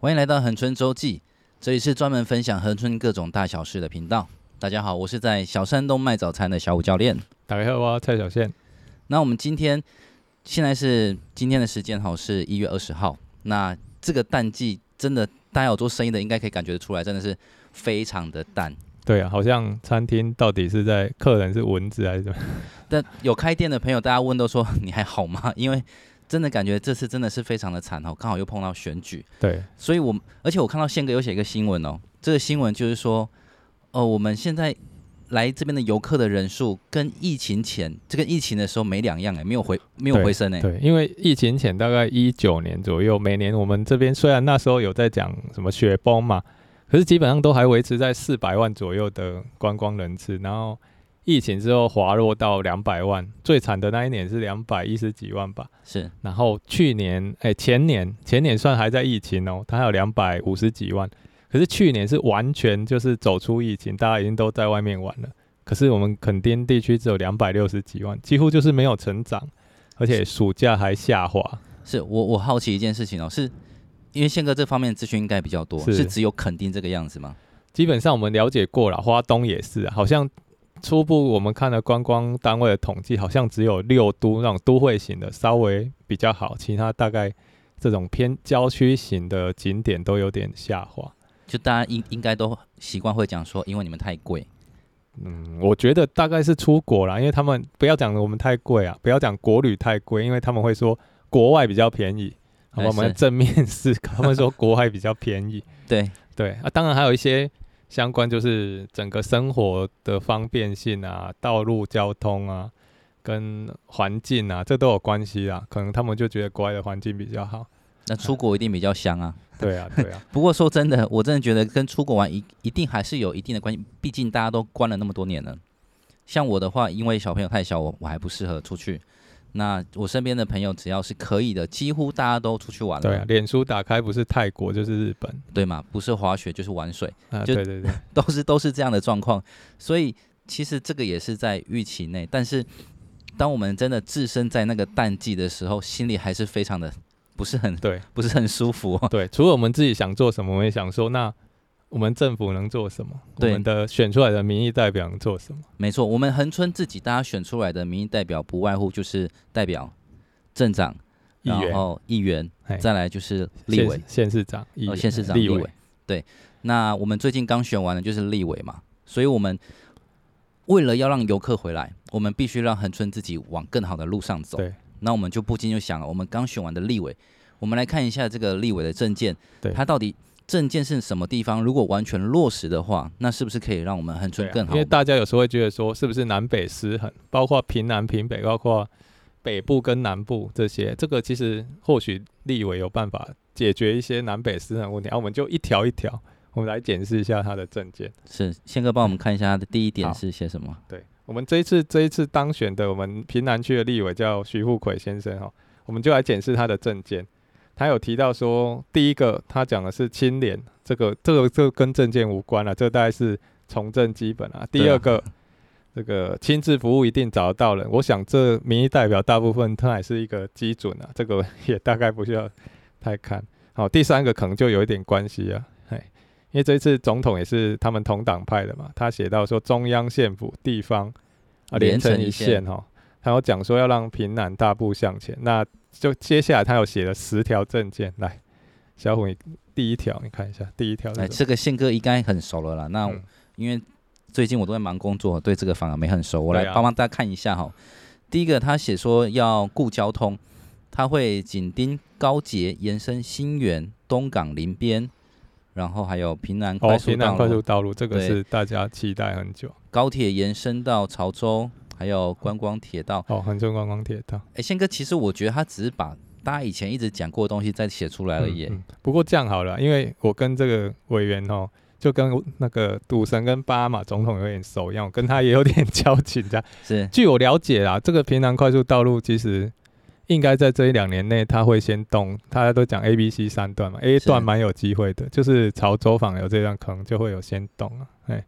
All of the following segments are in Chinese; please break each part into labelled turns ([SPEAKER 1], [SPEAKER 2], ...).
[SPEAKER 1] 欢迎来到恒春周记，这里是专门分享恒春各种大小事的频道。大家好，我是在小山东卖早餐的小武教练。
[SPEAKER 2] 打开后啊，蔡小宪，
[SPEAKER 1] 那我们今天现在是今天的时间哈，是一月二十号。那这个淡季真的，大家有做生意的应该可以感觉得出来，真的是非常的淡。
[SPEAKER 2] 对啊，好像餐厅到底是在客人是蚊子还是怎么样？
[SPEAKER 1] 但有开店的朋友，大家问都说你还好吗？因为真的感觉这次真的是非常的惨哦，刚好又碰到选举，
[SPEAKER 2] 对，
[SPEAKER 1] 所以我们而且我看到宪哥有写一个新闻哦，这个新闻就是说，哦，我们现在来这边的游客的人数跟疫情前这跟疫情的时候没两样哎，没有回没有回升哎，
[SPEAKER 2] 对，因为疫情前大概一九年左右，每年我们这边虽然那时候有在讲什么雪崩嘛，可是基本上都还维持在四百万左右的观光人次，然后疫情之后滑落到两百万，最惨的那一年是两百一十几万吧。
[SPEAKER 1] 是
[SPEAKER 2] 然后去年，哎、前年，前年算还在疫情哦，它还有两百五十几万，可是去年是完全就是走出疫情，大家已经都在外面玩了。可是我们垦丁地区只有两百六十几万，几乎就是没有成长，而且暑假还下滑。
[SPEAKER 1] 是我我好奇一件事情哦，是因为宪哥这方面的资讯应该比较多，
[SPEAKER 2] 是
[SPEAKER 1] 是只有肯定这个样子吗？
[SPEAKER 2] 基本上我们了解过了，花东也是、啊，好像初步我们看了观光单位的统计，好像只有六都那种都会型的稍微比较好，其他大概这种偏郊区型的景点都有点下滑。
[SPEAKER 1] 就大家应应该都习惯会讲说，因为你们太贵，
[SPEAKER 2] 嗯，我觉得大概是出国啦，因为他们不要讲我们太贵啊，不要讲国旅太贵，因为他们会说国外比较便宜。好吧，
[SPEAKER 1] 哎
[SPEAKER 2] 我们
[SPEAKER 1] 是
[SPEAKER 2] 正面思考，他们说国外比较便宜。
[SPEAKER 1] 对，
[SPEAKER 2] 对啊，当然还有一些相关，就是整个生活的方便性啊、道路交通啊、跟环境啊，这都有关系啦。可能他们就觉得国外的环境比较好。
[SPEAKER 1] 那出国一定比较香啊。
[SPEAKER 2] 对啊，对啊，
[SPEAKER 1] 不过说真的，我真的觉得跟出国玩一一定还是有一定的关系，毕竟大家都关了那么多年了。像我的话，因为小朋友太小，我我还不适合出去。那我身边的朋友只要是可以的，几乎大家都出去玩了，
[SPEAKER 2] 对啊，脸书打开不是泰国就是日本
[SPEAKER 1] 对吗？不是滑雪就是玩水，
[SPEAKER 2] 啊，
[SPEAKER 1] 就
[SPEAKER 2] 对对对，
[SPEAKER 1] 都是都是这样的状况。所以其实这个也是在预期内，但是当我们真的置身在那个淡季的时候，心里还是非常的不是很
[SPEAKER 2] 对。
[SPEAKER 1] 不是很舒服、哦。
[SPEAKER 2] 对，除了我们自己想做什么，我们也想说，那我们政府能做什么？我
[SPEAKER 1] 对
[SPEAKER 2] 们的选出来的民意代表能做什么？
[SPEAKER 1] 没错，我们恒春自己大家选出来的民意代表，不外乎就是代表、镇长，
[SPEAKER 2] 议
[SPEAKER 1] 然
[SPEAKER 2] 员、
[SPEAKER 1] 后议员
[SPEAKER 2] 嘿，
[SPEAKER 1] 再来就是立
[SPEAKER 2] 县
[SPEAKER 1] 委、
[SPEAKER 2] 县市长、议
[SPEAKER 1] 呃
[SPEAKER 2] 员、
[SPEAKER 1] 县市长、
[SPEAKER 2] 立
[SPEAKER 1] 立委。对，那我们最近刚选完的就是立委嘛，所以我们为了要让游客回来，我们必须让恒春自己往更好的路上走。
[SPEAKER 2] 对，
[SPEAKER 1] 那我们就不禁就想了，我们刚选完的立委，我们来看一下这个立委的证件，
[SPEAKER 2] 对
[SPEAKER 1] 他到底。证件是什么地方？如果完全落实的话，那是不是可以让我们恒
[SPEAKER 2] 对
[SPEAKER 1] 春
[SPEAKER 2] 啊
[SPEAKER 1] 更好？
[SPEAKER 2] 因为大家有时候会觉得说，是不是南北失衡，包括平南、平北，包括北部跟南部这些，这个其实或许立委有办法解决一些南北失衡的问题。啊，我们就一条一条，我们来检视一下他的证件。
[SPEAKER 1] 是，宪哥帮我们看一下他的第一点
[SPEAKER 2] 好
[SPEAKER 1] 是写什么？
[SPEAKER 2] 对我们这一次这一次当选的我们平南区的立委叫徐富奎先生哈、我们就来检视他的证件。他有提到说，第一个他讲的是清廉，这个这个这个跟证件无关了、这大概是从政基本啊。第
[SPEAKER 1] 对啊
[SPEAKER 2] 二个，这个亲自服务一定找得到人，我想这民意代表大部分他也是一个基准啊，这个 也大概不需要太看。好，第三个可能就有一点关系啊，嘿，因为这一次总统也是他们同党派的嘛，他写到说中央县府地方啊
[SPEAKER 1] 连
[SPEAKER 2] 连成
[SPEAKER 1] 成一
[SPEAKER 2] 一线哈、哦，他有讲说要让平南大步向前，那就接下来他有写了十条证件来，小虎你第一条你看一下，第一条是
[SPEAKER 1] 哎，
[SPEAKER 2] 什么？
[SPEAKER 1] 这个宪哥应该很熟了啦。那、
[SPEAKER 2] 嗯
[SPEAKER 1] 因为最近我都在忙工作，对这个反而没很熟，我来
[SPEAKER 2] 对啊
[SPEAKER 1] 帮帮大家看一下哈。第一个，他写说要顾交通，他会紧盯高捷延伸新园、东港林边，然后还有平南快
[SPEAKER 2] 哦，
[SPEAKER 1] 速
[SPEAKER 2] 平
[SPEAKER 1] 道
[SPEAKER 2] 南快
[SPEAKER 1] 路、
[SPEAKER 2] 速道路这个
[SPEAKER 1] 对
[SPEAKER 2] 是大家期待很久
[SPEAKER 1] 高铁延伸到潮州，还有观光铁道。
[SPEAKER 2] 哦，恒春观光铁道。
[SPEAKER 1] 哎，宪哥，其实我觉得他只是把大家以前一直讲过的东西再写出来而已。
[SPEAKER 2] 嗯嗯不过这样好了，因为我跟这个委员哦，就跟那个赌神跟巴马总统有点熟一样，我跟他也有点交情这样。
[SPEAKER 1] 是
[SPEAKER 2] 据我了解啦，这个平南快速道路其实应该在这一两年内，他会先动。大家都讲 A、B、C 三段嘛，A
[SPEAKER 1] 是
[SPEAKER 2] 段蛮有机会的，就是潮州访流这段可能就会有先动啊。哎，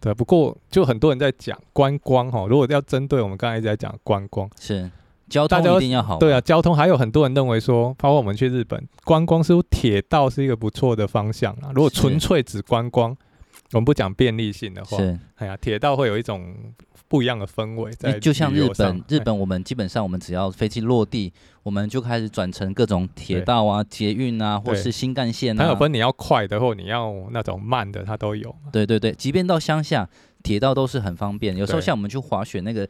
[SPEAKER 2] 对。不过就很多人在讲观光哦，如果要针对我们刚才一直在讲观光。
[SPEAKER 1] 是，交
[SPEAKER 2] 大家
[SPEAKER 1] 通
[SPEAKER 2] 都
[SPEAKER 1] 一定要好。
[SPEAKER 2] 对啊，，交通还有很多人认为说，包括我们去日本观光，似乎铁道是一个不错的方向啊。如果
[SPEAKER 1] 是
[SPEAKER 2] 纯粹只观光，我们不讲便利性的话，
[SPEAKER 1] 是，
[SPEAKER 2] 哎呀，铁道会有一种不一样的氛围
[SPEAKER 1] 因
[SPEAKER 2] 在
[SPEAKER 1] 为就像
[SPEAKER 2] 旅游
[SPEAKER 1] 日
[SPEAKER 2] 上
[SPEAKER 1] 本，啊日
[SPEAKER 2] 哎
[SPEAKER 1] 本我们基本上我们只要飞机落地，我们就开始转成各种铁
[SPEAKER 2] 对
[SPEAKER 1] 道啊、捷运啊，或
[SPEAKER 2] 对
[SPEAKER 1] 是新干线
[SPEAKER 2] 它
[SPEAKER 1] 啊
[SPEAKER 2] 有。分你要快的或你要那种慢的，它都有嘛。
[SPEAKER 1] 对对对，即便到乡下，铁道都是很方便。有时候
[SPEAKER 2] 对
[SPEAKER 1] 像我们去滑雪那个。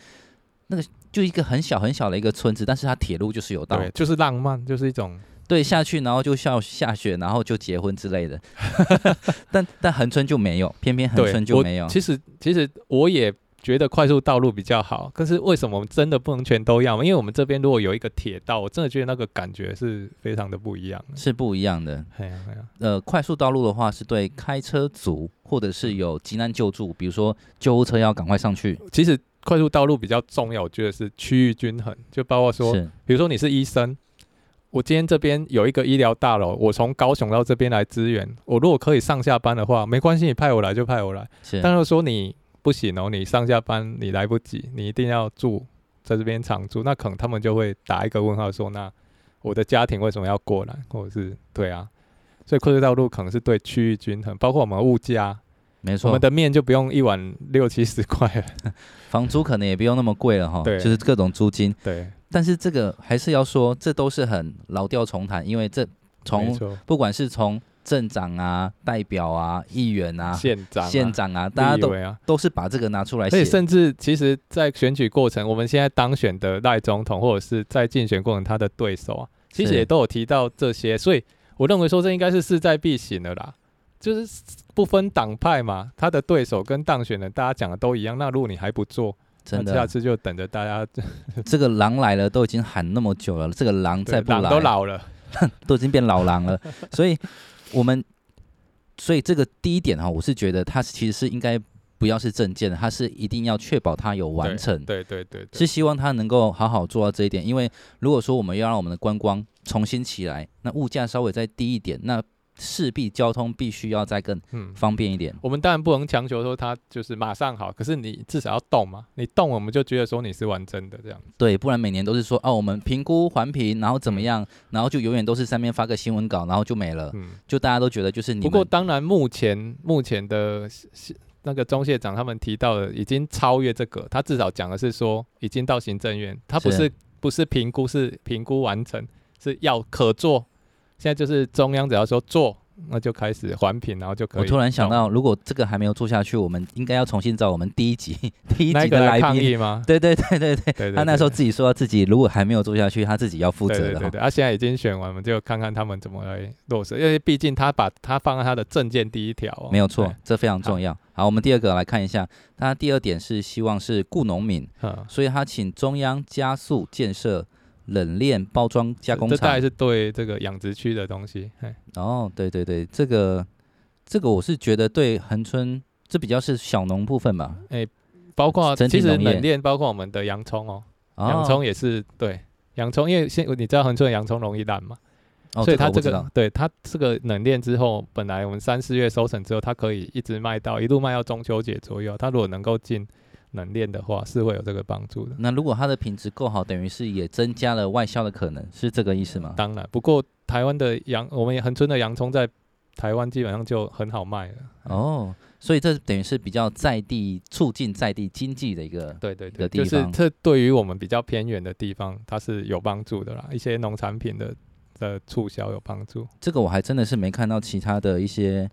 [SPEAKER 1] 那个就一个很小很小的一个村子，但是它铁路就是有到，
[SPEAKER 2] 对，就是浪漫，就是一种
[SPEAKER 1] 对，下去然后就下下雪，然后就结婚之类 的。但但横村就没有，偏偏横
[SPEAKER 2] 对
[SPEAKER 1] 村就
[SPEAKER 2] 我
[SPEAKER 1] 没有。
[SPEAKER 2] 其实其实我也觉得快速道路比较好，可是为什么我们真的不能全都要嘛？因为我们这边如果有一个铁道，我真的觉得那个感觉是非常的不一样的。
[SPEAKER 1] 是不一样的。
[SPEAKER 2] 哎呀哎呀，
[SPEAKER 1] 呃，快速道路的话，是对开车族或者
[SPEAKER 2] 嗯
[SPEAKER 1] 是有急难救助，比如说救护车要赶快上去。
[SPEAKER 2] 其实快速道路比较重要，我觉得是区域均衡，就包括说，
[SPEAKER 1] 是
[SPEAKER 2] 比如说你是医生，我今天这边有一个医疗大楼，我从高雄到这边来支援，我如果可以上下班的话，没关系，你派我来就派我来。
[SPEAKER 1] 是
[SPEAKER 2] 但是说你不行哦，你上下班你来不及，你一定要住在这边常住，那可能他们就会打一个问号说，那我的家庭为什么要过来，或者是对啊，所以快速道路可能是对区域均衡，包括我们物价，
[SPEAKER 1] 没
[SPEAKER 2] 我
[SPEAKER 1] 错
[SPEAKER 2] 们，的面就不用一碗六七十块了，
[SPEAKER 1] 房租可能也不用那么贵了哈，
[SPEAKER 2] 对
[SPEAKER 1] 就是各种租金。
[SPEAKER 2] 对，
[SPEAKER 1] 但是这个还是要说，这都是很老调重弹，因为这
[SPEAKER 2] 没
[SPEAKER 1] 从
[SPEAKER 2] 错，
[SPEAKER 1] 不管是从镇长啊、代表啊、议员啊、
[SPEAKER 2] 县长、啊、
[SPEAKER 1] 县长啊，大家
[SPEAKER 2] 立
[SPEAKER 1] 都
[SPEAKER 2] 委啊，
[SPEAKER 1] 都是把这个拿出来
[SPEAKER 2] 而且
[SPEAKER 1] 写。
[SPEAKER 2] 甚至其实，在选举过程，我们现在当选的赖总统，或者是在竞选过程他的对手啊，其实
[SPEAKER 1] 是
[SPEAKER 2] 也都有提到这些，所以我认为说这应该是势在必行的啦，就是不分党派嘛，他的对手跟当选人大家讲的都一样，那如果你还不做，
[SPEAKER 1] 真
[SPEAKER 2] 那
[SPEAKER 1] 的，
[SPEAKER 2] 下次就等着大家
[SPEAKER 1] 这个狼来了都已经喊那么久了，这个狼再
[SPEAKER 2] 对
[SPEAKER 1] 不
[SPEAKER 2] 党
[SPEAKER 1] 来，嗯
[SPEAKER 2] 都老了，
[SPEAKER 1] 都已经变老狼 了，所以我们，所以这个第一点哈、我是觉得它其实是应该不要是证件的，它是一定要确保它有完成，
[SPEAKER 2] 对对对对，
[SPEAKER 1] 是希望它能够好好做到这一点。因为如果说我们要让我们的观光重新起来，那物价稍微再低一点，那势必交通必须要再更
[SPEAKER 2] 嗯。
[SPEAKER 1] 方便一点。
[SPEAKER 2] 我们当然不能强求说他就是马上好，可是你至少要动嘛，你动我们就觉得说你是完真的这样。
[SPEAKER 1] 对，不然每年都是说哦，我们评估环评，然后怎么样，然后就永远都是上面发个新闻稿，然后就没了，
[SPEAKER 2] 嗯，
[SPEAKER 1] 就大家都觉得就是你
[SPEAKER 2] 不
[SPEAKER 1] 们
[SPEAKER 2] 过当然，目前目前的是是那个中谢长他们提到的已经超越这个，他至少讲的是说已经到行政院，他不
[SPEAKER 1] 是
[SPEAKER 2] 是不是评估，是评估完成，是要可做。现在就是中央只要说做，那就开始环评，然后就可以
[SPEAKER 1] 我
[SPEAKER 2] 弄。
[SPEAKER 1] 突然想到，如果这个还没有做下去，我们应该要重新找我们第一集 第一
[SPEAKER 2] 那
[SPEAKER 1] 集
[SPEAKER 2] 个
[SPEAKER 1] 的
[SPEAKER 2] 来
[SPEAKER 1] 来
[SPEAKER 2] 抗
[SPEAKER 1] 宾。
[SPEAKER 2] 议吗？
[SPEAKER 1] 对对对对对，
[SPEAKER 2] 对对对，
[SPEAKER 1] 他那时候自己说到自己如果还没有做下去，他自己要负
[SPEAKER 2] 对
[SPEAKER 1] 责
[SPEAKER 2] 对
[SPEAKER 1] 的
[SPEAKER 2] 对
[SPEAKER 1] 哈。
[SPEAKER 2] 对，啊，现在已经选完，我们就看看他们怎么来落实，因为毕竟他把他放在他的证件第一条、哦，
[SPEAKER 1] 没有错
[SPEAKER 2] 哎，
[SPEAKER 1] 这非常重要。好，我们第二个来看一下，他第二点是希望是雇农民，
[SPEAKER 2] 嗯，
[SPEAKER 1] 所以他请中央加速建设冷链包装加工
[SPEAKER 2] 这大
[SPEAKER 1] 厂
[SPEAKER 2] 概。是对这个养殖区的东西，哎，
[SPEAKER 1] 哦，对对对，这个这个我是觉得对恒春，这比较是小农部分吧。
[SPEAKER 2] 包括
[SPEAKER 1] 整体
[SPEAKER 2] 其实
[SPEAKER 1] 农业
[SPEAKER 2] 冷链包括我们的洋葱哦，
[SPEAKER 1] 哦
[SPEAKER 2] 洋葱也是对洋葱，因为现你知道恒春的洋葱容易烂嘛，
[SPEAKER 1] 哦，
[SPEAKER 2] 所
[SPEAKER 1] 这
[SPEAKER 2] 以它
[SPEAKER 1] 我不
[SPEAKER 2] 这
[SPEAKER 1] 知道
[SPEAKER 2] 个对它这个冷链之后，本来我们三四月收成之后，它可以一直卖到一路卖到中秋节左右，它如果能够进冷链的话，是会有这个帮助的。
[SPEAKER 1] 那如果它的品质够好，等于是也增加了外销的可能，是这个意思吗？
[SPEAKER 2] 当然，不过台湾的洋我们恒春的洋葱在台湾基本上就很好卖了。
[SPEAKER 1] 哦，所以这等于是比较在地促进在地经济的一个。
[SPEAKER 2] 对对
[SPEAKER 1] 的
[SPEAKER 2] 对，
[SPEAKER 1] 地
[SPEAKER 2] 就是
[SPEAKER 1] 方
[SPEAKER 2] 这对于我们比较偏远的地方，它是有帮助的啦。一些农产品的的促销有帮助。
[SPEAKER 1] 这个我还真的是没看到其他的一些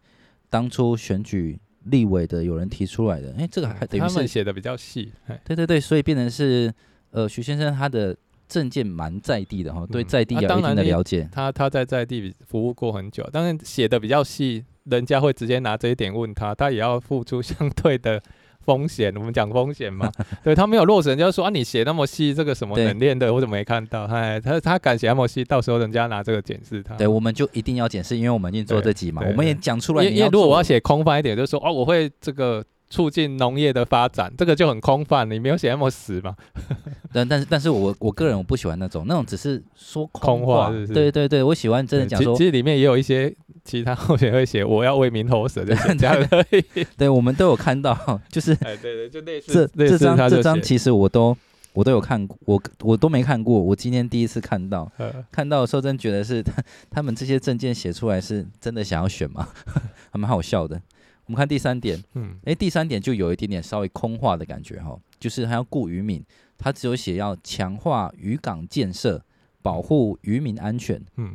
[SPEAKER 1] 当初选举立委的有人提出来的。哎，这个还等
[SPEAKER 2] 他
[SPEAKER 1] 于
[SPEAKER 2] 们
[SPEAKER 1] 是
[SPEAKER 2] 写的比较细，哎
[SPEAKER 1] 对对对，所以变成是呃徐先生他的证件蛮在地的哈、对
[SPEAKER 2] 嗯
[SPEAKER 1] 在地
[SPEAKER 2] 啊
[SPEAKER 1] 有一
[SPEAKER 2] 当
[SPEAKER 1] 定
[SPEAKER 2] 然
[SPEAKER 1] 的
[SPEAKER 2] 你
[SPEAKER 1] 了解。
[SPEAKER 2] 他他在在地服务过很久，当然写的比较细，人家会直接拿这一点问他，他也要付出 相对的风险。我们讲风 险嘛，对他没有落实，人家就说啊，你写那么细，这个什么
[SPEAKER 1] 对
[SPEAKER 2] 冷链的，我怎么没看到？哎，他他敢写那么细，到时候人家拿这个检视他。
[SPEAKER 1] 对，我们就一定要检视，因为我们已经做这
[SPEAKER 2] 对
[SPEAKER 1] 集嘛，
[SPEAKER 2] 对
[SPEAKER 1] 我们也
[SPEAKER 2] 对
[SPEAKER 1] 讲出
[SPEAKER 2] 因
[SPEAKER 1] 来
[SPEAKER 2] 为
[SPEAKER 1] 你
[SPEAKER 2] 因为如果
[SPEAKER 1] 做
[SPEAKER 2] 我要写空泛一点，就是说哦，我会这个促进农业的发展，这个就很空泛，你没有写那么死嘛。
[SPEAKER 1] 但但是但是我我个人我不喜欢那种那种只是说
[SPEAKER 2] 空
[SPEAKER 1] 话，
[SPEAKER 2] 话是不是
[SPEAKER 1] 对对对，我喜欢真的
[SPEAKER 2] 对
[SPEAKER 1] 讲
[SPEAKER 2] 其
[SPEAKER 1] 说
[SPEAKER 2] 其，实里面也有一些其他后面会写我要为民喉舌，就 写这样而已。
[SPEAKER 1] 对我们都有看到，就是
[SPEAKER 2] 哎，对对，就类
[SPEAKER 1] 这
[SPEAKER 2] 似类
[SPEAKER 1] 这
[SPEAKER 2] 似
[SPEAKER 1] 张
[SPEAKER 2] 他
[SPEAKER 1] 这
[SPEAKER 2] 就
[SPEAKER 1] 张
[SPEAKER 2] 写
[SPEAKER 1] 其实我都我都有看过，我我都没看过，我今天第一次看到，
[SPEAKER 2] 呃，
[SPEAKER 1] 看到的时候真觉得是 他他们这些证件写出来是真的想要选吗？ 还蛮好笑的。我们看第三点，
[SPEAKER 2] 嗯，
[SPEAKER 1] 诶，第三点就有一点点稍微空话的感觉哈、就是还要顾渔民，他只有写要强化渔港建设，保护渔民安全。
[SPEAKER 2] 嗯，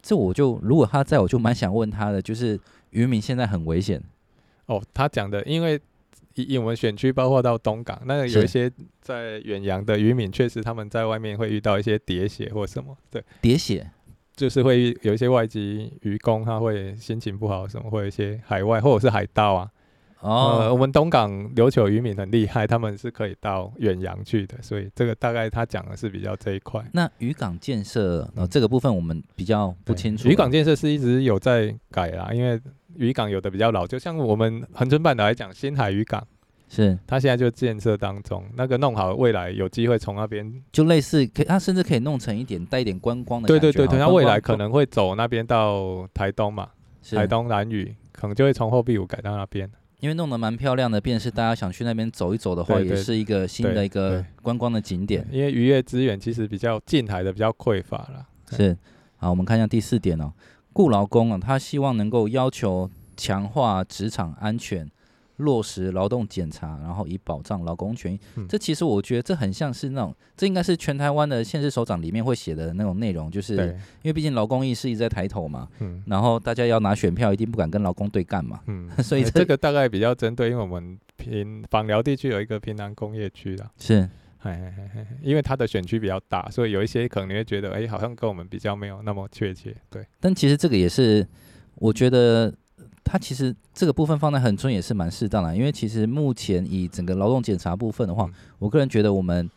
[SPEAKER 1] 这我就如果他在我就蛮想问他的，就是渔民现在很危险，
[SPEAKER 2] 哦，他讲的，因为以以我们选区包括到东港，那个有一些在远洋的渔民，确实他们在外面会遇到一些喋血或什么，对，
[SPEAKER 1] 喋血，
[SPEAKER 2] 就是会遇有一些外籍渔工，他会心情不好什么，会有一些海外或者是海盗啊。呃，我
[SPEAKER 1] 哦，
[SPEAKER 2] 们东港琉球渔民很厉害，他们是可以到远洋去的，所以这个大概他讲的是比较这一块。
[SPEAKER 1] 那渔港建设呃
[SPEAKER 2] 嗯
[SPEAKER 1] 这个部分我们比较不清楚。啊
[SPEAKER 2] 渔港建设是一直有在改啦，因为渔港有的比较老，就像我们恒春半岛来讲，新海渔港，
[SPEAKER 1] 是
[SPEAKER 2] 它现在就建设当中，那个弄好，未来有机会从那边，
[SPEAKER 1] 就类似，可以它甚至可以弄成一点带一点观光的
[SPEAKER 2] 对
[SPEAKER 1] 感觉。
[SPEAKER 2] 对对对，
[SPEAKER 1] 好
[SPEAKER 2] 它
[SPEAKER 1] 观
[SPEAKER 2] 未
[SPEAKER 1] 光
[SPEAKER 2] 来可能会走那边到台东嘛，
[SPEAKER 1] 是
[SPEAKER 2] 台东南屿，可能就会从后壁五改到那边。
[SPEAKER 1] 因为弄得蛮漂亮的，便是大家想去那边走一走的话，
[SPEAKER 2] 对对
[SPEAKER 1] 也是一个新的
[SPEAKER 2] 对
[SPEAKER 1] 一个
[SPEAKER 2] 对
[SPEAKER 1] 观光的景点。
[SPEAKER 2] 因为渔业资源其实比较近海的比较匮乏啦。对
[SPEAKER 1] 是，好，我们看一下第四点哦，雇劳工啊，他希望能够要求强化职场安全，落实劳动检查，然后以保障劳工权益。
[SPEAKER 2] 嗯
[SPEAKER 1] 这其实我觉得这很像是那种，这应该是全台湾的县市首长里面会写的那种内容，就是
[SPEAKER 2] 对，
[SPEAKER 1] 因为毕竟劳工意识一直在抬头嘛，
[SPEAKER 2] 嗯
[SPEAKER 1] 然后大家要拿选票，一定不敢跟劳工对干嘛。
[SPEAKER 2] 嗯，
[SPEAKER 1] 所以
[SPEAKER 2] 哎
[SPEAKER 1] 这
[SPEAKER 2] 这个大概比较针对，因为我们平访寮地区有一个平南工业区啦，
[SPEAKER 1] 是
[SPEAKER 2] 哎哎哎哎，因为它的选区比较大，所以有一些可能你会觉得，哎，好像跟我们比较没有那么确切。对，
[SPEAKER 1] 但其实这个也是，我觉得它其实这个部分放在恒春也是蛮适当的，因为其实目前以整个劳动检查部分的话，
[SPEAKER 2] 嗯
[SPEAKER 1] 我个人觉得我们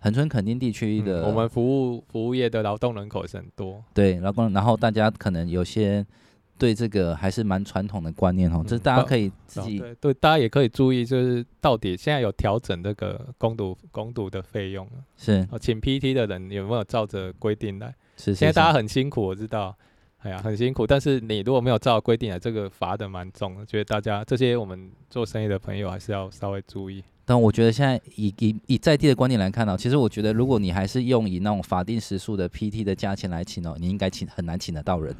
[SPEAKER 1] 恒春垦丁地区
[SPEAKER 2] 嗯
[SPEAKER 1] 的、
[SPEAKER 2] 我们服务服务业的劳动人口是很多，
[SPEAKER 1] 对劳工，然后大家可能有些对这个还是蛮传统的观念哦，
[SPEAKER 2] 嗯
[SPEAKER 1] 这大家
[SPEAKER 2] 包
[SPEAKER 1] 可以自
[SPEAKER 2] 哦
[SPEAKER 1] 己
[SPEAKER 2] 对对，大家也可以注意，就是到底现在有调整这个攻读攻读的费用了
[SPEAKER 1] 是
[SPEAKER 2] 哦，请 PT 的人有没有照着规定来？
[SPEAKER 1] 是是
[SPEAKER 2] 现在大家
[SPEAKER 1] 是
[SPEAKER 2] 很辛苦，我知道，哎呀，很辛苦。但是你如果没有照规定来，这个罚的蛮重的。觉得大家这些我们做生意的朋友还是要稍微注意。
[SPEAKER 1] 但我觉得现在以以以在地的观点来看呢、哦其实我觉得如果你还是用以那种法定时数的 PT 的价钱来请哦，你应该请很难请得到人。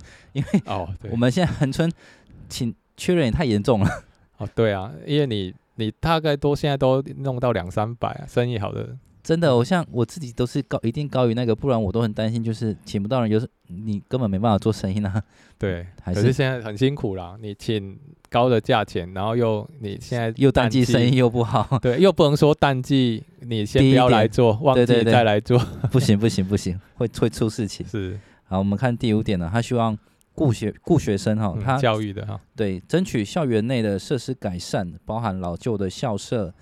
[SPEAKER 2] 哦，对
[SPEAKER 1] 我，们现在恒春请缺人也太严重了。
[SPEAKER 2] 哦，对啊，因为你你大概都现在都弄到两三百、啊，生意好的，
[SPEAKER 1] 真的，我像我自己都是高，一定高于那个，不然我都很担心，就是请不到人，就是你根本没办法做生意呢、
[SPEAKER 2] 对，
[SPEAKER 1] 嗯还
[SPEAKER 2] 可
[SPEAKER 1] 是
[SPEAKER 2] 是现在很辛苦啦。你请高的价钱，然后又你现在
[SPEAKER 1] 又淡季生意。又不好，
[SPEAKER 2] 对，又不能说淡季，你先
[SPEAKER 1] 低
[SPEAKER 2] 不
[SPEAKER 1] 一
[SPEAKER 2] 要来
[SPEAKER 1] 点
[SPEAKER 2] 做，旺
[SPEAKER 1] 对对
[SPEAKER 2] 季
[SPEAKER 1] 对
[SPEAKER 2] 再来做。
[SPEAKER 1] 不行不行不行，会会出事情。
[SPEAKER 2] 是，
[SPEAKER 1] 好，我们看第五点呢，他希望顾学顾学生哈、
[SPEAKER 2] 嗯
[SPEAKER 1] 哦他
[SPEAKER 2] 教育的哈，
[SPEAKER 1] 对争取校园内的设施改善，包含老旧的校舍、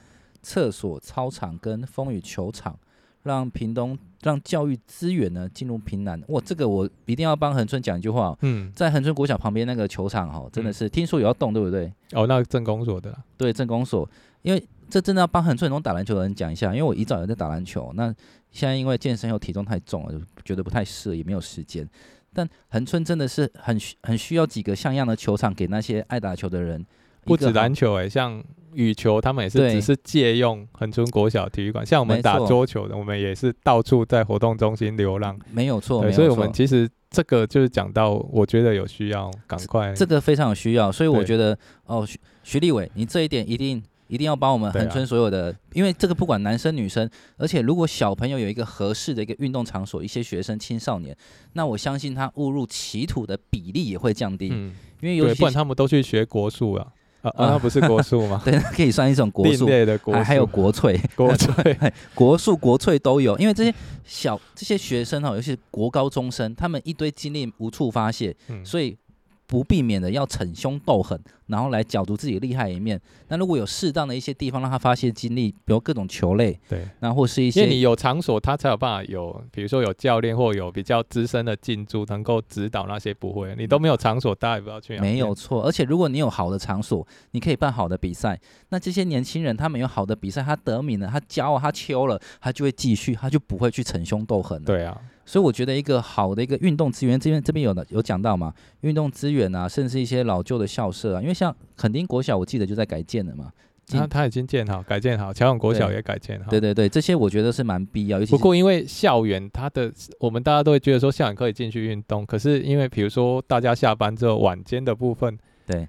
[SPEAKER 1] 厕所、操场跟风雨球场，让屏东让教育资源呢进入平南。哇，这个我一定要帮恒春讲一句话哦、
[SPEAKER 2] 嗯，
[SPEAKER 1] 在恒春国小旁边那个球场哦，真的是、听说有要动，对不对？
[SPEAKER 2] 哦，那政工所的啦，
[SPEAKER 1] 对，镇公所，因为这真的要帮很多懂打篮球的人讲一下，因为我一早有在打篮球，那现在因为健身又体重太重了，就觉得不太适合，也没有时间。但恒春真的是很需很需要几个像样的球场给那些爱打球的人，
[SPEAKER 2] 不
[SPEAKER 1] 一个
[SPEAKER 2] 止
[SPEAKER 1] 好
[SPEAKER 2] 篮球诶、像羽球他们也是
[SPEAKER 1] 对
[SPEAKER 2] 只是借用恒春国小体育馆，像我们
[SPEAKER 1] 没
[SPEAKER 2] 打
[SPEAKER 1] 错
[SPEAKER 2] 桌球的，我们也是到处在活动中心流浪。
[SPEAKER 1] 没有错，没
[SPEAKER 2] 对，
[SPEAKER 1] 有
[SPEAKER 2] 所以我
[SPEAKER 1] 错
[SPEAKER 2] 们其实这个就是讲到，我觉得有需要赶快
[SPEAKER 1] 这个非常有需要，所以我
[SPEAKER 2] 对
[SPEAKER 1] 觉得哦，徐徐立伟，你这一点一定一定要帮我们
[SPEAKER 2] 对啊
[SPEAKER 1] 恒春所有的，因为这个不管男生女生，而且如果小朋友有一个合适的一个运动场所，一些学生青少年，那我相信他误入歧途的比例也会降低，
[SPEAKER 2] 嗯，
[SPEAKER 1] 因为尤
[SPEAKER 2] 对，
[SPEAKER 1] 其
[SPEAKER 2] 不然他们都去学国术 了。啊
[SPEAKER 1] 啊？
[SPEAKER 2] 啊，那不是国术 吗
[SPEAKER 1] 对，那可以算一种国
[SPEAKER 2] 另
[SPEAKER 1] 术，啊
[SPEAKER 2] 类的国术，
[SPEAKER 1] 还还有国粹、
[SPEAKER 2] 国粹
[SPEAKER 1] 国术、国粹都有，因为这些小这些学生哦，尤其是国高中生，他们一堆精力无处发泄，
[SPEAKER 2] 嗯
[SPEAKER 1] 所以不避免的要逞凶斗狠，然后来角逐自己厉害的一面。那如果有适当的一些地方让他发泄精力，比如各种球类，
[SPEAKER 2] 对，
[SPEAKER 1] 那或是一
[SPEAKER 2] 因为你
[SPEAKER 1] 些
[SPEAKER 2] 有场所，他才有办法有，比如说有教练或有比较资深的进驻，能够指导那些不会。你都没有场所，大家也不知道去哪。啊
[SPEAKER 1] 没有，错。而且如果你有好的场所，你可以办好的比赛。那这些年轻人他们有好的比赛，他得名了，他骄傲，他秋了，他就会继续，他就不会去逞凶斗狠了。
[SPEAKER 2] 对啊，
[SPEAKER 1] 所以我觉得一个好的一个运动资源，这边这边有的有讲到嘛，运动资源啊，甚至一些老旧的校舍啊，因为像垦丁国小，我记得就在改建了嘛，进
[SPEAKER 2] 他他已经建好、改建好，乔永国小
[SPEAKER 1] 对
[SPEAKER 2] 也改建好。
[SPEAKER 1] 对对对，这些我觉得是蛮必要，尤其
[SPEAKER 2] 啊不
[SPEAKER 1] 是
[SPEAKER 2] 过因为校园它的，我们大家都会觉得说校园可以进去运动，可是因为比如说大家下班之后晚间的部分，
[SPEAKER 1] 对，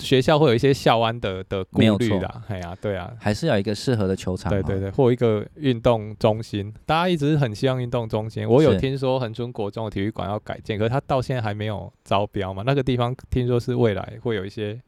[SPEAKER 2] 学校会有一些校安的的顾
[SPEAKER 1] 没有
[SPEAKER 2] 虑
[SPEAKER 1] 错
[SPEAKER 2] 啦，哎呀、对啊。
[SPEAKER 1] 还是要有一个适合的球场嘛。哦
[SPEAKER 2] 对对对，或一个运动中心，大家一直很希望运动中心。我有
[SPEAKER 1] 是
[SPEAKER 2] 听说恒春国中的体育馆要改建，可是它到现在还没有招标嘛。那个地方听说是未来会有一些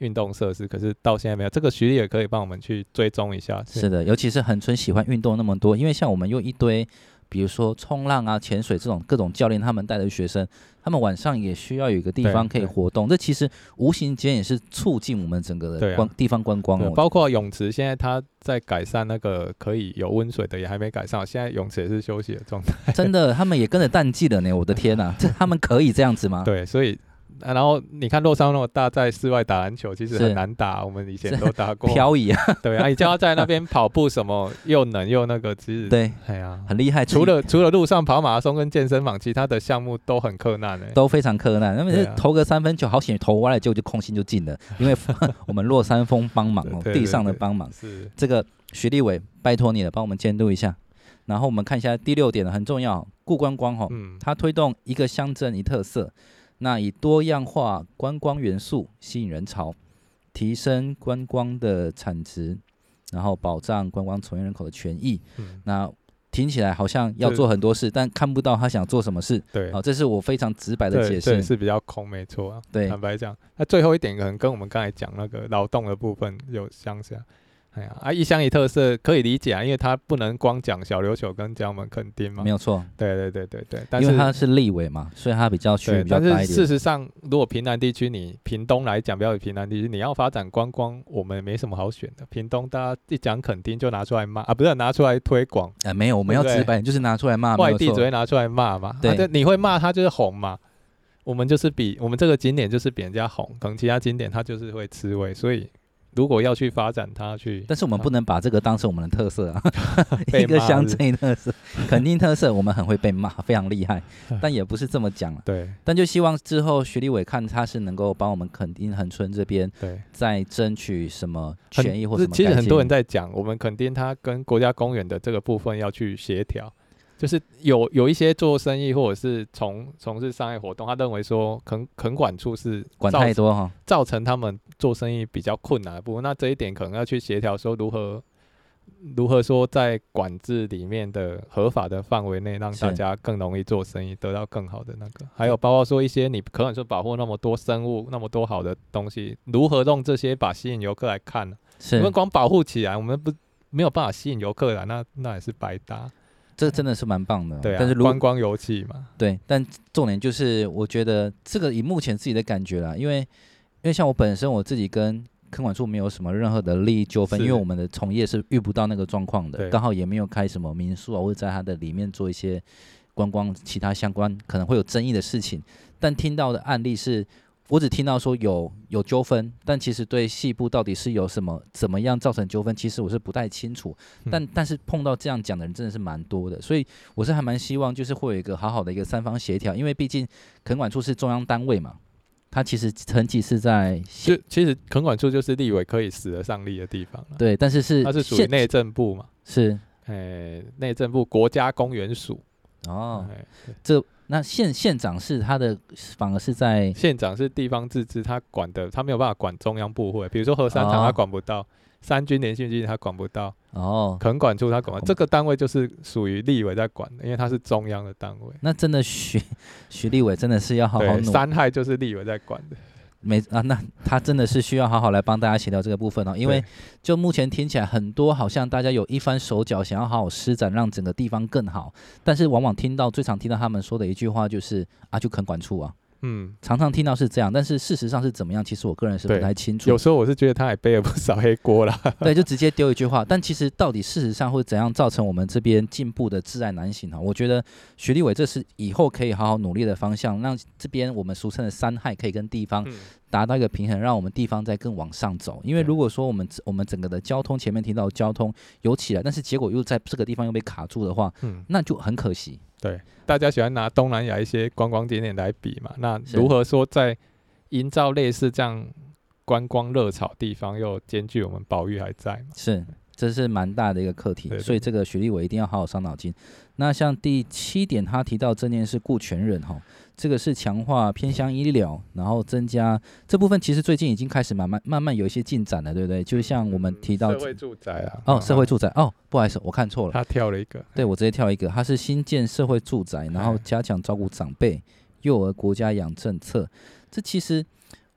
[SPEAKER 2] 运动设施，可是到现在没有。这个徐丽也可以帮我们去追踪一下。
[SPEAKER 1] 是的，尤其是恒春喜欢运动那么多，因为像我们又一堆，比如说冲浪啊、潜水这种各种教练他们带的学生，他们晚上也需要有一个地
[SPEAKER 2] 对
[SPEAKER 1] 方可以
[SPEAKER 2] 对
[SPEAKER 1] 活动。这其实无形间也是促进我们整个
[SPEAKER 2] 对
[SPEAKER 1] 的
[SPEAKER 2] 啊
[SPEAKER 1] 观、地方观光
[SPEAKER 2] 对
[SPEAKER 1] 哦。
[SPEAKER 2] 包括泳池，现在它在改善那个可以有温水的，也还没改善。现在泳池也是休息的状态。
[SPEAKER 1] 真的，他们也跟着淡季了呢。我的天呐、这他们可以这样子吗？
[SPEAKER 2] 对，所以、啊然后你看洛桑那么大，在室外打篮球其实
[SPEAKER 1] 是
[SPEAKER 2] 很难打，我们以前
[SPEAKER 1] 是
[SPEAKER 2] 都打过。
[SPEAKER 1] 漂移啊，
[SPEAKER 2] 对啊，你叫他在那边跑步什么，又冷又那个，其实，
[SPEAKER 1] 对，
[SPEAKER 2] 哎呀，
[SPEAKER 1] 很厉害。
[SPEAKER 2] 除
[SPEAKER 1] 自己
[SPEAKER 2] 了除了路上跑马拉松跟健身房，其他的项目都很困难哎、
[SPEAKER 1] 都非常困难，那么
[SPEAKER 2] 对
[SPEAKER 1] 是
[SPEAKER 2] 啊
[SPEAKER 1] 投个三分球，好险投歪了，结果就空心就进了，因 为我们落山风帮忙哦，
[SPEAKER 2] 对对
[SPEAKER 1] 地上的
[SPEAKER 2] 对
[SPEAKER 1] 帮忙。
[SPEAKER 2] 是，
[SPEAKER 1] 这个徐立伟，拜托你了，帮我们监督一下。然后我们看一下第六点呢，很重要，顾观光哈、哦，
[SPEAKER 2] 嗯，
[SPEAKER 1] 它推动一个乡镇一特色，那以多样化观光元素吸引人潮，提升观光的产值，然后保障观光从业人口的权益。
[SPEAKER 2] 嗯
[SPEAKER 1] 那听起来好像要
[SPEAKER 2] 是
[SPEAKER 1] 做很多事，但看不到他想做什么事。哦
[SPEAKER 2] 对
[SPEAKER 1] 好、，这是我非常直白的
[SPEAKER 2] 这
[SPEAKER 1] 解
[SPEAKER 2] 这也
[SPEAKER 1] 释。
[SPEAKER 2] 是比较空，没错啊。
[SPEAKER 1] 对
[SPEAKER 2] 坦白讲，那最后一点可能跟我们刚才讲那个劳动的部分有相像。哎呀，啊，一乡一特色可以理解啊，因为它不能光讲小琉球跟江门垦丁嘛
[SPEAKER 1] 没。有错，
[SPEAKER 2] 对对对对对，但
[SPEAKER 1] 因
[SPEAKER 2] 是
[SPEAKER 1] 为他是立委嘛，所以他比较区域
[SPEAKER 2] 对，
[SPEAKER 1] 比较
[SPEAKER 2] 但
[SPEAKER 1] 大一
[SPEAKER 2] 是事
[SPEAKER 1] 点。
[SPEAKER 2] 实上，如果平南地区，你屏东来讲，不要以平南地区，你要发展观光，我们没什么好选的。屏东大家一讲垦丁就拿出来骂啊，不是拿出来推广，
[SPEAKER 1] 哎、没有，我们要
[SPEAKER 2] 对不对
[SPEAKER 1] 直白，就是拿出来骂，啊没
[SPEAKER 2] 外
[SPEAKER 1] 有
[SPEAKER 2] 地
[SPEAKER 1] 错
[SPEAKER 2] 只会拿出来骂嘛。
[SPEAKER 1] 对
[SPEAKER 2] 啊、你会骂他就是红嘛。我们就是比我们这个景点就是比人家红，可能其他景点它就是会吃味，所以如果要去发展它去，
[SPEAKER 1] 但是我们不能把这个当成我们的特 色啊，
[SPEAKER 2] 啊被
[SPEAKER 1] 一个
[SPEAKER 2] 骂
[SPEAKER 1] 乡
[SPEAKER 2] 是
[SPEAKER 1] 镇特色，肯定特色，我们很会被骂，非常厉 害。但也不是这么讲了，
[SPEAKER 2] 对
[SPEAKER 1] 但就希望之后徐立伟看他是能够帮我们垦丁恒春这边
[SPEAKER 2] 对，
[SPEAKER 1] 再争取什么
[SPEAKER 2] 很
[SPEAKER 1] 权益或
[SPEAKER 2] 是
[SPEAKER 1] 什么改
[SPEAKER 2] 其
[SPEAKER 1] 进。
[SPEAKER 2] 实很多人在讲，我们肯定它跟国家公园的这个部分要去协调，就是有有一些做生意或者是从从事商业活动，他认为说垦垦管处是
[SPEAKER 1] 管
[SPEAKER 2] 造
[SPEAKER 1] 太多哈、
[SPEAKER 2] 造成他们做生意比较困难的部分，那这一点可能要去协调说如何。如何说在管制里面的合法的范围内，让
[SPEAKER 1] 是
[SPEAKER 2] 大家更容易做生意，得到更好的那个？还有包括说一些你可能说保护那么多生物、那么多好的东西，如何用这些把吸引游客来看呢？我们
[SPEAKER 1] 是
[SPEAKER 2] 光保护起来，我们不没有办法吸引游客来，那那也是白搭。
[SPEAKER 1] 这真的是蛮棒的。
[SPEAKER 2] 对啊，
[SPEAKER 1] 但是如
[SPEAKER 2] 观光游戏嘛，
[SPEAKER 1] 对，但重点就是，我觉得这个以目前自己的感觉啦，因为因为像我本身我自己跟坑管处没有什么任何的利益纠纷，因为
[SPEAKER 2] 是
[SPEAKER 1] 我们的从业是遇不到那个状况的，
[SPEAKER 2] 对
[SPEAKER 1] 刚好也没有开什么民宿啊，或者在它的里面做一些观光其他相关可能会有争议的事情。但听到的案例是。我只听到说有有纠纷，但其实对细部到底是有什么怎么样造成纠纷，其实我是不太清楚。
[SPEAKER 2] 嗯
[SPEAKER 1] 但但是碰到这样讲的人真的是蛮多的，所以我是还蛮希望就是会有一个好好的一个三方协调，因为毕竟垦管处是中央单位嘛，它其实层级是在
[SPEAKER 2] 就
[SPEAKER 1] 县
[SPEAKER 2] 其实垦管处就是立委可以使得上力的地方了。，
[SPEAKER 1] 对，但是是
[SPEAKER 2] 它是属于
[SPEAKER 1] 县
[SPEAKER 2] 内嗯政部嘛，
[SPEAKER 1] 是
[SPEAKER 2] 诶、内政部国家公园署。
[SPEAKER 1] 哦，
[SPEAKER 2] 哎
[SPEAKER 1] 这那县县长是他的反而是在
[SPEAKER 2] 县长是地方自治，他管的，他没有办法管中央部会，比如说河山堂
[SPEAKER 1] 哦
[SPEAKER 2] 他管不到，三军联训基地他管不到，
[SPEAKER 1] 哦，
[SPEAKER 2] 垦管处他管不
[SPEAKER 1] 管不
[SPEAKER 2] 到，这个单位就是属于立委在管的，因为它是中央的单位。
[SPEAKER 1] 那真的徐徐立伟真的是要好好
[SPEAKER 2] 对，
[SPEAKER 1] 努
[SPEAKER 2] 三害就是立委在管的，
[SPEAKER 1] 没啊，那他真的是需要好好来帮大家协调这个部分哦，因为
[SPEAKER 2] 对
[SPEAKER 1] 就目前听起来，很多好像大家有一番手脚，想要好好施展，让整个地方更好，但是往往听到最常听到他们说的一句话就是啊，就垦管处啊，
[SPEAKER 2] 嗯，
[SPEAKER 1] 常常听到是这样，但是事实上是怎么样，其实我个人是不
[SPEAKER 2] 对
[SPEAKER 1] 太清楚
[SPEAKER 2] 有。时候我是觉得他也背了不少黑锅啦。
[SPEAKER 1] 对，就直接丢一句话，但其实到底事实上会怎样造成我们这边进步的挚爱难行啊？我觉得徐立伟这是以后可以好好努力的方向，让这边我们俗称的三害可以跟地方
[SPEAKER 2] 嗯
[SPEAKER 1] 达到一个平衡，让我们地方再更往上走。因为
[SPEAKER 2] 对
[SPEAKER 1] 如果说我们我们整个的交通前面提到的交通有起来，但是结果又在这个地方又被卡住的话，
[SPEAKER 2] 嗯，
[SPEAKER 1] 那就很可惜。
[SPEAKER 2] 大家喜欢拿东南亚一些观光景点来比嘛，那
[SPEAKER 1] 是
[SPEAKER 2] 如何说在营造类似这样观光热潮地方，又兼具我们保育还在嘛。
[SPEAKER 1] 是，这是蛮大的一个课题，
[SPEAKER 2] 对对
[SPEAKER 1] 所以这个学历我一定要好好伤脑筋。那像第七点，他提到正念是顾全人哈，这个是强化偏乡医疗，然后增加这部分，其实最近已经开始慢慢慢慢有一些进展了，对不对？就像我们提到
[SPEAKER 2] 社会住宅啊，
[SPEAKER 1] 哦，社会住宅哦，不好意思，我看错了，
[SPEAKER 2] 他跳了一个，
[SPEAKER 1] 对我直接跳一个，它是新建社会住宅，然后
[SPEAKER 2] 哎
[SPEAKER 1] 加强照顾长辈、幼儿国家养政策。这其实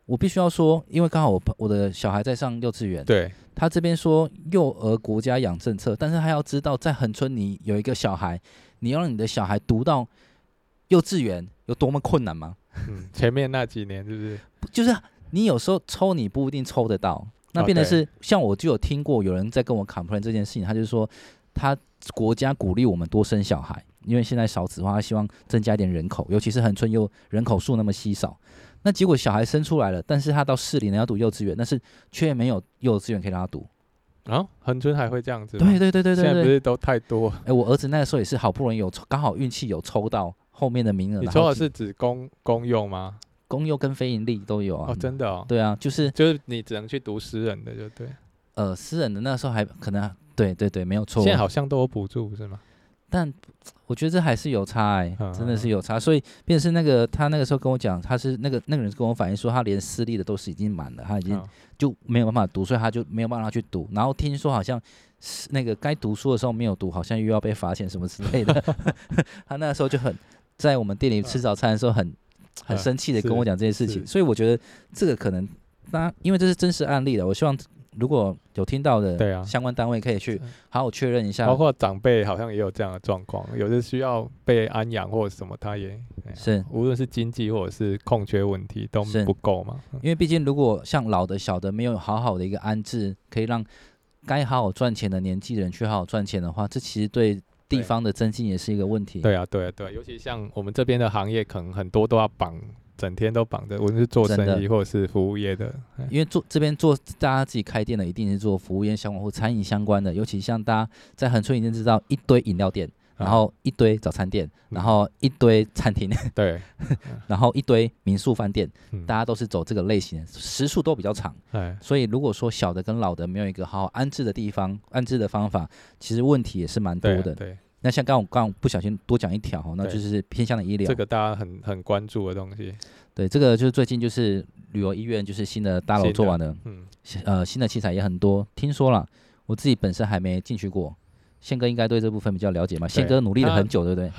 [SPEAKER 1] 我必须要说，因为刚好我我的小孩在上幼稚园，
[SPEAKER 2] 对
[SPEAKER 1] 他这边说幼儿国家养政策，但是他要知道，在恒春你有一个小孩，你要让你的小孩读到幼稚园有多么困难吗？
[SPEAKER 2] 嗯，前面那几年是不是？
[SPEAKER 1] 不就是你有时候抽你不一定抽得到，那
[SPEAKER 2] 啊
[SPEAKER 1] 变得
[SPEAKER 2] 对
[SPEAKER 1] 是、像我就有听过有人在跟我 complain 这件事情，他就说他国家鼓励我们多生小孩，因为现在少子化，他希望增加一点人口，尤其是恒春又人口数那么稀少。那结果小孩生出来了，但是他到市里呢要读幼稚园，但是却没有幼稚园可以让他读。
[SPEAKER 2] 啊，恒春还会这样子吗？
[SPEAKER 1] 对对对对对
[SPEAKER 2] 啊现在
[SPEAKER 1] 对
[SPEAKER 2] 不。是都太多？
[SPEAKER 1] 哎、我儿子那个时候也是好不容易有抽，刚好运气有抽到后面的名额，
[SPEAKER 2] 你
[SPEAKER 1] 然
[SPEAKER 2] 抽
[SPEAKER 1] 后
[SPEAKER 2] 的是指公公用吗？
[SPEAKER 1] 公幼跟非盈利都有啊。
[SPEAKER 2] 哦，真的哦，
[SPEAKER 1] 对啊，就是
[SPEAKER 2] 就是你只能去读私人的，就对。
[SPEAKER 1] 呃，私人的那时候还可能对对对，没有错
[SPEAKER 2] 现。在好像都有补助，不是吗？
[SPEAKER 1] 但我觉得这还是有差哎、
[SPEAKER 2] 嗯
[SPEAKER 1] 真的是有差。所以，便是那个他那个时候跟我讲，他是那个那个人跟我反映说，他连私立的都是已经满了，他已经
[SPEAKER 2] 嗯
[SPEAKER 1] 就没有办法读，所以他就没有办法去读。然后听说好像是那个该读书的时候没有读，好像又要被罚钱什么之类的。 他那个时候就很在我们店里吃
[SPEAKER 2] 啊
[SPEAKER 1] 早餐的时候很很
[SPEAKER 2] 嗯
[SPEAKER 1] 生气的跟
[SPEAKER 2] 是
[SPEAKER 1] 我讲这件事情，
[SPEAKER 2] 是
[SPEAKER 1] 所以我觉得这个可能，那因为这是真实案例的，我希望如果有听到的
[SPEAKER 2] 对啊，
[SPEAKER 1] 相关单位可以去
[SPEAKER 2] 是
[SPEAKER 1] 好好确认一下
[SPEAKER 2] 包。括长辈好像也有这样的状况，有的需要被安养或者什么，他也哎呀
[SPEAKER 1] 是
[SPEAKER 2] 无论是经济或者是空缺问题都
[SPEAKER 1] 是
[SPEAKER 2] 不够嘛。嗯
[SPEAKER 1] 因为毕竟，如果像老的、小的没有好好的一个安置，可以让该好好赚钱的年纪的人去好好赚钱的话，这其实对地
[SPEAKER 2] 对
[SPEAKER 1] 方的增进也是一个问题。
[SPEAKER 2] 对啊，对啊，对啊，尤其像我们这边的行业，可能很多都要绑，整天都绑着，无论是做
[SPEAKER 1] 真的
[SPEAKER 2] 生意或者是服务业的，哎
[SPEAKER 1] 因为做这边做大家自己开店的，一定是做服务业相关或餐饮相关的，尤其像大家在恒春已经知道一堆饮料店，然
[SPEAKER 2] 啊
[SPEAKER 1] 后一堆早餐店，然后一堆餐厅，
[SPEAKER 2] 对，
[SPEAKER 1] 然后一堆民宿饭店，
[SPEAKER 2] 嗯
[SPEAKER 1] 大家都是走这个类型的，时数都比较长。
[SPEAKER 2] 哎，
[SPEAKER 1] 所以如果说小的跟老的没有一个好好安置的地方、安置的方法，其实问题也是蛮多
[SPEAKER 2] 对啊
[SPEAKER 1] 的。
[SPEAKER 2] 对，
[SPEAKER 1] 那像刚刚我刚刚不小心多讲一条哦，那
[SPEAKER 2] 对
[SPEAKER 1] 就是偏向的医疗。
[SPEAKER 2] 这个大家很很关注的东西，
[SPEAKER 1] 对，这个就是最近就是旅游医院就是新的大楼
[SPEAKER 2] 新
[SPEAKER 1] 做
[SPEAKER 2] 的
[SPEAKER 1] 完了，
[SPEAKER 2] 嗯，
[SPEAKER 1] 呃，新的器材也很多。听说了，我自己本身还没进去过。宪哥应该对这部分比较了解嘛？宪
[SPEAKER 2] 对啊
[SPEAKER 1] 哥努力了
[SPEAKER 2] 他
[SPEAKER 1] 很久，对不对？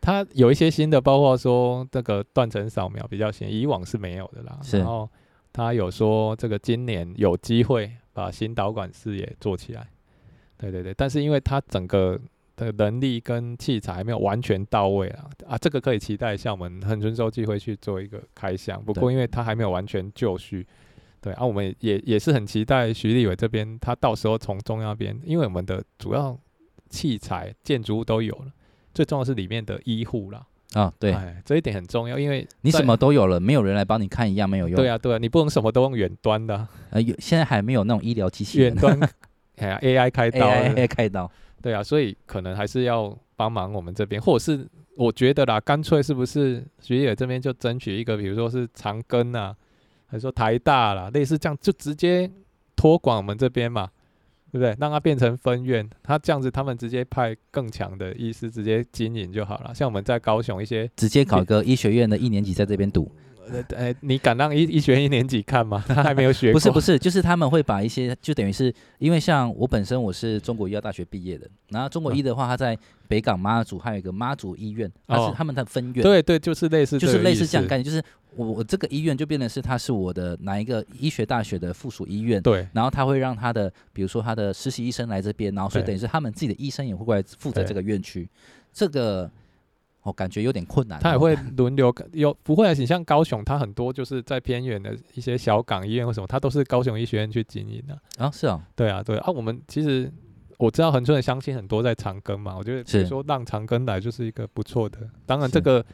[SPEAKER 2] 它有一些新的，包括说这个断层扫描比较新，以往是没有的啦。
[SPEAKER 1] 是
[SPEAKER 2] 然后他有说这个今年有机会把新导管室也做起来。对对对，但是因为它整个的能力跟器材还没有完全到位啊啊，这个可以期待一下我们恒春洲际会去做一个开箱。不过
[SPEAKER 1] 对
[SPEAKER 2] 因为它还没有完全就绪，对啊，我们也也是很期待徐立伟这边，他到时候从中央那边，因为我们的主要器材建筑物都有了。最重要是里面的医护啦，
[SPEAKER 1] 啊，对
[SPEAKER 2] 哎，这一点很重要，因为
[SPEAKER 1] 你
[SPEAKER 2] 在
[SPEAKER 1] 什么都有了，没有人来帮你看一样没有用。
[SPEAKER 2] 对啊对啊，你不能什么都用远端 的啊、
[SPEAKER 1] 呃，有现在还没有那种医疗机器
[SPEAKER 2] 远
[SPEAKER 1] 人
[SPEAKER 2] 端 哎呀 AI 开刀
[SPEAKER 1] AI 开刀，
[SPEAKER 2] 对啊，所以可能还是要帮忙我们这边，或者是我觉得啦，干脆是不是学姐这边就争取一个，比如说是长庚啊，还是说台大啦，类似这样，就直接托管我们这边嘛，对不对？让它变成分院，他这样子他们直接派更强的医师直接经营就好了。像我们在高雄一些
[SPEAKER 1] 直接搞个医学院的一年级在这边读。
[SPEAKER 2] 呃，哎，你敢让医医学一年级看吗？他还没有学过。
[SPEAKER 1] 不是不
[SPEAKER 2] 是，
[SPEAKER 1] 是，就是他们会把一些，就等于是因为像我本身我是中国医药大学毕业的，然后中国医的话，它在北港妈祖还有一个妈祖医院，它
[SPEAKER 2] 哦
[SPEAKER 1] 是他们的分院，
[SPEAKER 2] 对对，就是类似，
[SPEAKER 1] 就是类似这样的概。念，就是我我这个医院就变成是它是我的哪一个医学大学的附属医院。
[SPEAKER 2] 对
[SPEAKER 1] 然后他会让他的，比如说他的实习医生来这边，然后所以
[SPEAKER 2] 对
[SPEAKER 1] 等于是他们自己的医生也会过来负责
[SPEAKER 2] 对
[SPEAKER 1] 这个院区，这个我、哦感觉有点困难哦、
[SPEAKER 2] 他也会轮流有不会啊？你像高雄，他很多就是在偏远的一些小港医院或什么，他都是高雄医学院去经营的、
[SPEAKER 1] 啊，是哦，
[SPEAKER 2] 对啊，对啊，我们其实我知道恒春的乡亲很多在长庚嘛，我觉得比
[SPEAKER 1] 是
[SPEAKER 2] 如说让长庚来就是一个不错的。当然，
[SPEAKER 1] 是
[SPEAKER 2] 这个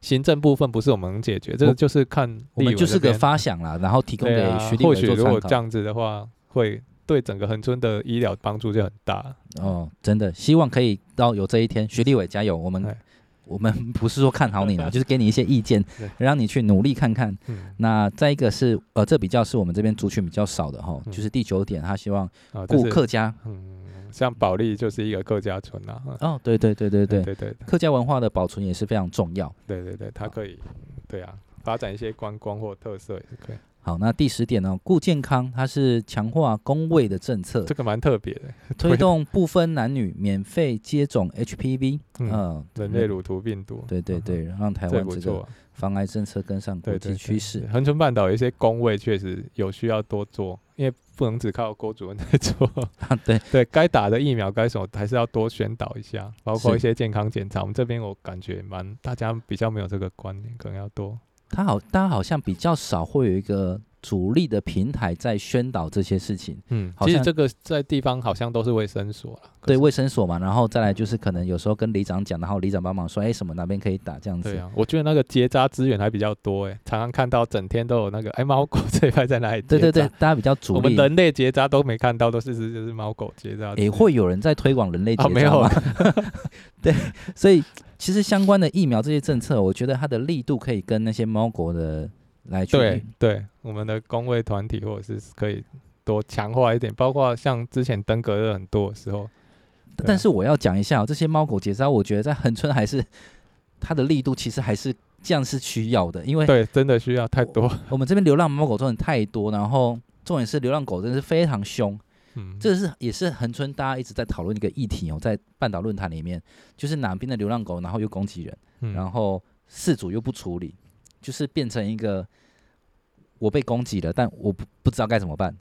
[SPEAKER 2] 行政部分不是我们能解决，这
[SPEAKER 1] 我
[SPEAKER 2] 个就是看
[SPEAKER 1] 我们
[SPEAKER 2] 立委
[SPEAKER 1] 就是
[SPEAKER 2] 这
[SPEAKER 1] 个
[SPEAKER 2] 边
[SPEAKER 1] 发想啦，然后提供
[SPEAKER 2] 对
[SPEAKER 1] 给
[SPEAKER 2] 啊
[SPEAKER 1] 徐立
[SPEAKER 2] 或
[SPEAKER 1] 伟
[SPEAKER 2] 许
[SPEAKER 1] 做
[SPEAKER 2] 如
[SPEAKER 1] 参
[SPEAKER 2] 果
[SPEAKER 1] 考
[SPEAKER 2] 这。样子的话，会对整个恒春的医疗帮助就很大。
[SPEAKER 1] 哦，真的，希望可以到有这一天。徐立伟加油，我们
[SPEAKER 2] 哎
[SPEAKER 1] 我们不是说看好你 啦，就是给你一些意见
[SPEAKER 2] 对，
[SPEAKER 1] 让你去努力看看。
[SPEAKER 2] 嗯，
[SPEAKER 1] 那再一个是，呃，这比较是我们这边族群比较少的哈，
[SPEAKER 2] 嗯
[SPEAKER 1] 就是第九点，他希望
[SPEAKER 2] 啊，就
[SPEAKER 1] 顾
[SPEAKER 2] 是
[SPEAKER 1] 客家。
[SPEAKER 2] 嗯，像保利就是一个客家村啊，嗯
[SPEAKER 1] 哦，对对对对对，啊
[SPEAKER 2] 对对
[SPEAKER 1] 客家文化的保存也是非常重要。
[SPEAKER 2] 对对对，它可以，对啊，发展一些观光或特色也是可以，
[SPEAKER 1] 好，那第十点呢、顾健康，它是强化公卫的政策，
[SPEAKER 2] 这个蛮特别的，
[SPEAKER 1] 推动不分男女免费接种 HPV，
[SPEAKER 2] 嗯
[SPEAKER 1] 嗯，
[SPEAKER 2] 人类乳头病毒，
[SPEAKER 1] 对对
[SPEAKER 2] 嗯，
[SPEAKER 1] 对，让台
[SPEAKER 2] 这
[SPEAKER 1] 湾
[SPEAKER 2] 不
[SPEAKER 1] 这
[SPEAKER 2] 错
[SPEAKER 1] 个
[SPEAKER 2] 啊，
[SPEAKER 1] 防癌政策跟上国
[SPEAKER 2] 对
[SPEAKER 1] 际
[SPEAKER 2] 对
[SPEAKER 1] 趋势
[SPEAKER 2] 对。恒春半岛有一些工位确实有需要多做，因为不能只靠郭主任在做，
[SPEAKER 1] 啊， 对，
[SPEAKER 2] 对该打的疫苗该什么还是要多宣导一下，包括
[SPEAKER 1] 是
[SPEAKER 2] 一些健康检查，我们这边我感觉蛮大家比较没有这个观念，可能要多，
[SPEAKER 1] 他好，大家好像比较少会有一个主力的平台在宣导这些事情。
[SPEAKER 2] 嗯，
[SPEAKER 1] 好
[SPEAKER 2] 其实
[SPEAKER 1] 像
[SPEAKER 2] 这个在地方好像都是卫生所了，可
[SPEAKER 1] 对
[SPEAKER 2] 是
[SPEAKER 1] 卫生所嘛，然后再来就是可能有时候跟里长讲，然后里长帮忙说，哎，什么哪边可以打这样
[SPEAKER 2] 对
[SPEAKER 1] 子。
[SPEAKER 2] 啊，我觉得那个结扎资源还比较多诶，常常看到整天都有那个哎猫狗这一块在哪里结
[SPEAKER 1] 对
[SPEAKER 2] 扎，
[SPEAKER 1] 对对，大家比较主
[SPEAKER 2] 我们
[SPEAKER 1] 力，
[SPEAKER 2] 人类结扎都没看到，都是是就是猫狗结扎之类
[SPEAKER 1] 也
[SPEAKER 2] 的，
[SPEAKER 1] 会有人在推广人类结
[SPEAKER 2] 啊没
[SPEAKER 1] 扎
[SPEAKER 2] 有
[SPEAKER 1] 吗？ 对，所以其实相关的疫苗这些政策，我觉得它的力度可以跟那些猫国的来去
[SPEAKER 2] 对对，我们的工会团体或者是可以多强化一点，包括像之前登革热很多的时候，对啊
[SPEAKER 1] 但是我要讲一下、哦，这些猫狗结扎，我觉得在恒春还是它的力度其实还是这样是需要的，因为
[SPEAKER 2] 对真的需要太多，
[SPEAKER 1] 我们这边流浪猫狗真的太多，然后重点是流浪狗真的是非常凶，
[SPEAKER 2] 嗯，
[SPEAKER 1] 这是也是恒春大家一直在讨论一个议题哦，在半岛论坛里面，就是哪边的流浪狗，然后又攻击人，
[SPEAKER 2] 嗯
[SPEAKER 1] 然后事主又不处理，就是变成一个我被攻击了，但我不不知道该怎么办。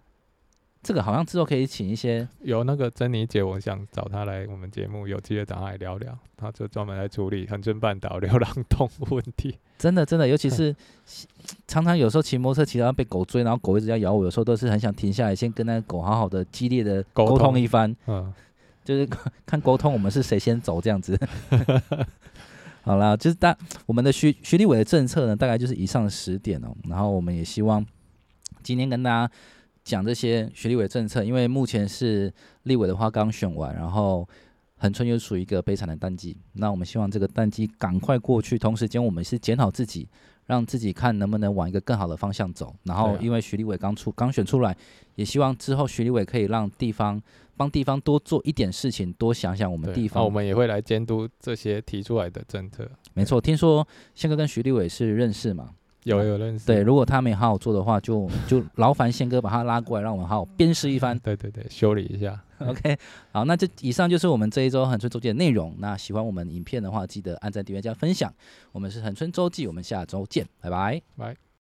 [SPEAKER 1] 这个好像之后可以请一些
[SPEAKER 2] 有那个珍妮姐，我想找她来我们节目，有机会找她来聊聊，她就专门来处理恒春半岛流浪动物问题，
[SPEAKER 1] 真的真的，尤其是常常有时候骑摩托车骑到被狗追，然后狗一直要咬我，有时候都是很想停下来，先跟那个狗好好的激烈的
[SPEAKER 2] 沟
[SPEAKER 1] 沟通
[SPEAKER 2] 通
[SPEAKER 1] 一番，
[SPEAKER 2] 嗯，
[SPEAKER 1] 就是 看沟通我们是谁先走这样子。 好啦，就是大我们的徐徐立伟的政策呢，大概就是以上十点哦。然后我们也希望今天跟大家讲这些徐立伟政策，因为目前是立委的话刚选完，然后恒春又处于一个悲惨的淡季，那我们希望这个淡季赶快过去，同时间我们是检讨自己，让自己看能不能往一个更好的方向走。然后
[SPEAKER 2] 对啊
[SPEAKER 1] 因为徐立伟刚出刚选出来，也希望之后徐立伟可以让地方帮地方多做一点事情，多想想我们
[SPEAKER 2] 对，
[SPEAKER 1] 地
[SPEAKER 2] 那
[SPEAKER 1] 方
[SPEAKER 2] 我们也会来监督这些提出来的政策，
[SPEAKER 1] 没错，听说宪哥跟徐立伟是认识嘛？
[SPEAKER 2] 有有认识，
[SPEAKER 1] 对，如果他没好好做的话，就就劳烦宪哥把他拉过来，让我们好好鞭尸一 番。
[SPEAKER 2] 对对对，修理一下，
[SPEAKER 1] OK，好，那这以上就是我们这一周恒春周记的内容。那喜欢我们影片的话，记得按赞、订阅、加分享。我们是恒春周记，我们下周见，拜拜。
[SPEAKER 2] 拜。